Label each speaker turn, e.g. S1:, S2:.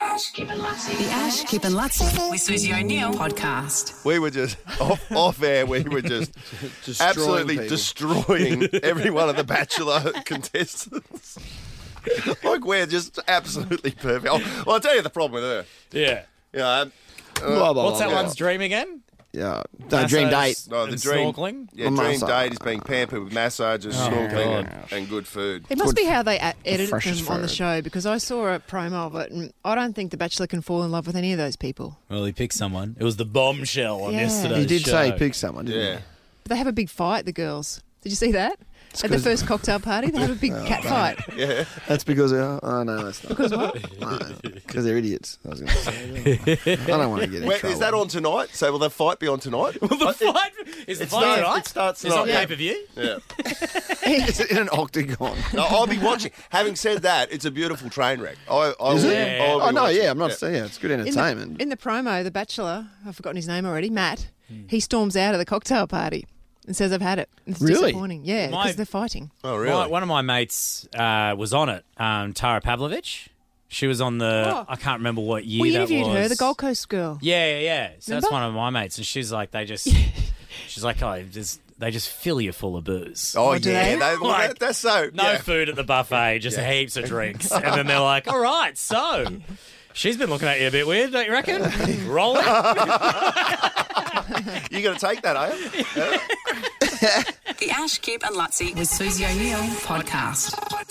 S1: Ash Kip and Lutzi.
S2: The Ash, Kip and Lutz with Susie O'Neill podcast.
S3: We were just off, off air. We were just
S4: Destroying
S3: absolutely
S4: people.
S3: destroying every one of the Bachelor contestants. like we're just absolutely perfect. Oh, well, I'll tell you the problem with her.
S5: Yeah.
S3: Yeah, um,
S4: Blah, blah,
S5: What's that
S4: blah, blah.
S5: one's dream again?
S4: Yeah, the dream date.
S5: Massos
S3: no, the
S5: and
S3: dream.
S5: Snorkeling.
S3: Yeah,
S4: A
S3: dream
S4: massage. Oh,
S3: date is being pampered with massages, snorkeling, and, and good food.
S6: It must be how they a- edited
S4: fresh
S6: them
S4: as
S6: on the
S4: food.
S6: show because I saw a promo of it, and I don't think the Bachelor can fall in love with any of those people.
S5: Well, he picked someone. It was the bombshell on
S6: Yeah.
S5: yesterday's
S4: You did
S5: show.
S4: say pick someone, didn't
S3: Yeah,
S6: But they have a big fight, the girls. Did you see that? At the
S4: 'cause-
S6: first cocktail party, they have a big cat fight.
S3: yeah.
S4: you? That's because uh, oh no, that's not. Because Because they're idiots. I was going to say. I don't want to get in
S3: Wait,
S4: trouble.
S3: is that on tonight? So will the fight be on tonight?
S5: Well, the fight is the
S3: It's
S5: fight
S3: not-
S5: tonight?
S3: it starts
S5: It's on
S3: tonight.
S5: pay per view.
S3: yeah.
S4: Is it in an octagon?
S3: No, I'll be watching. Having said that, it's a beautiful train wreck. I, I
S4: Is
S3: will,
S4: it?
S5: Yeah.
S3: I'll be
S4: Oh no,
S3: watching.
S4: yeah, I'm not saying it's good
S6: In the,
S4: entertainment.
S6: in the promo, the Bachelor, I've forgotten his name already, Matt, he storms out of the cocktail party and says, I've had it. It's
S4: Really?
S6: disappointing. Yeah,
S5: My-
S6: because they're fighting.
S3: Oh really?
S5: My- one of my mates uh, was on it. Um, Tara Pavlovich. She was on the.
S6: Oh.
S5: I can't remember what year
S6: We
S5: that
S6: interviewed
S5: was.
S6: her, the Gold Coast girl.
S5: Yeah, yeah, yeah. So
S6: Remember?
S5: that's one of my mates, and she's like, they just. she's like, oh, just, they just fill you full of booze.
S3: Oh,
S6: Or do
S3: yeah,
S6: they?
S3: they- well,
S5: Like,
S3: that- that's so.
S5: No
S3: yeah.
S5: food at the buffet, just heaps of drinks. And then they're like, all right, so she's been looking at you a bit weird, don't you reckon? Roll it.
S3: You're going to take that, are you?
S2: The Ash, Kip and Lutzi with Susie O'Neill podcast.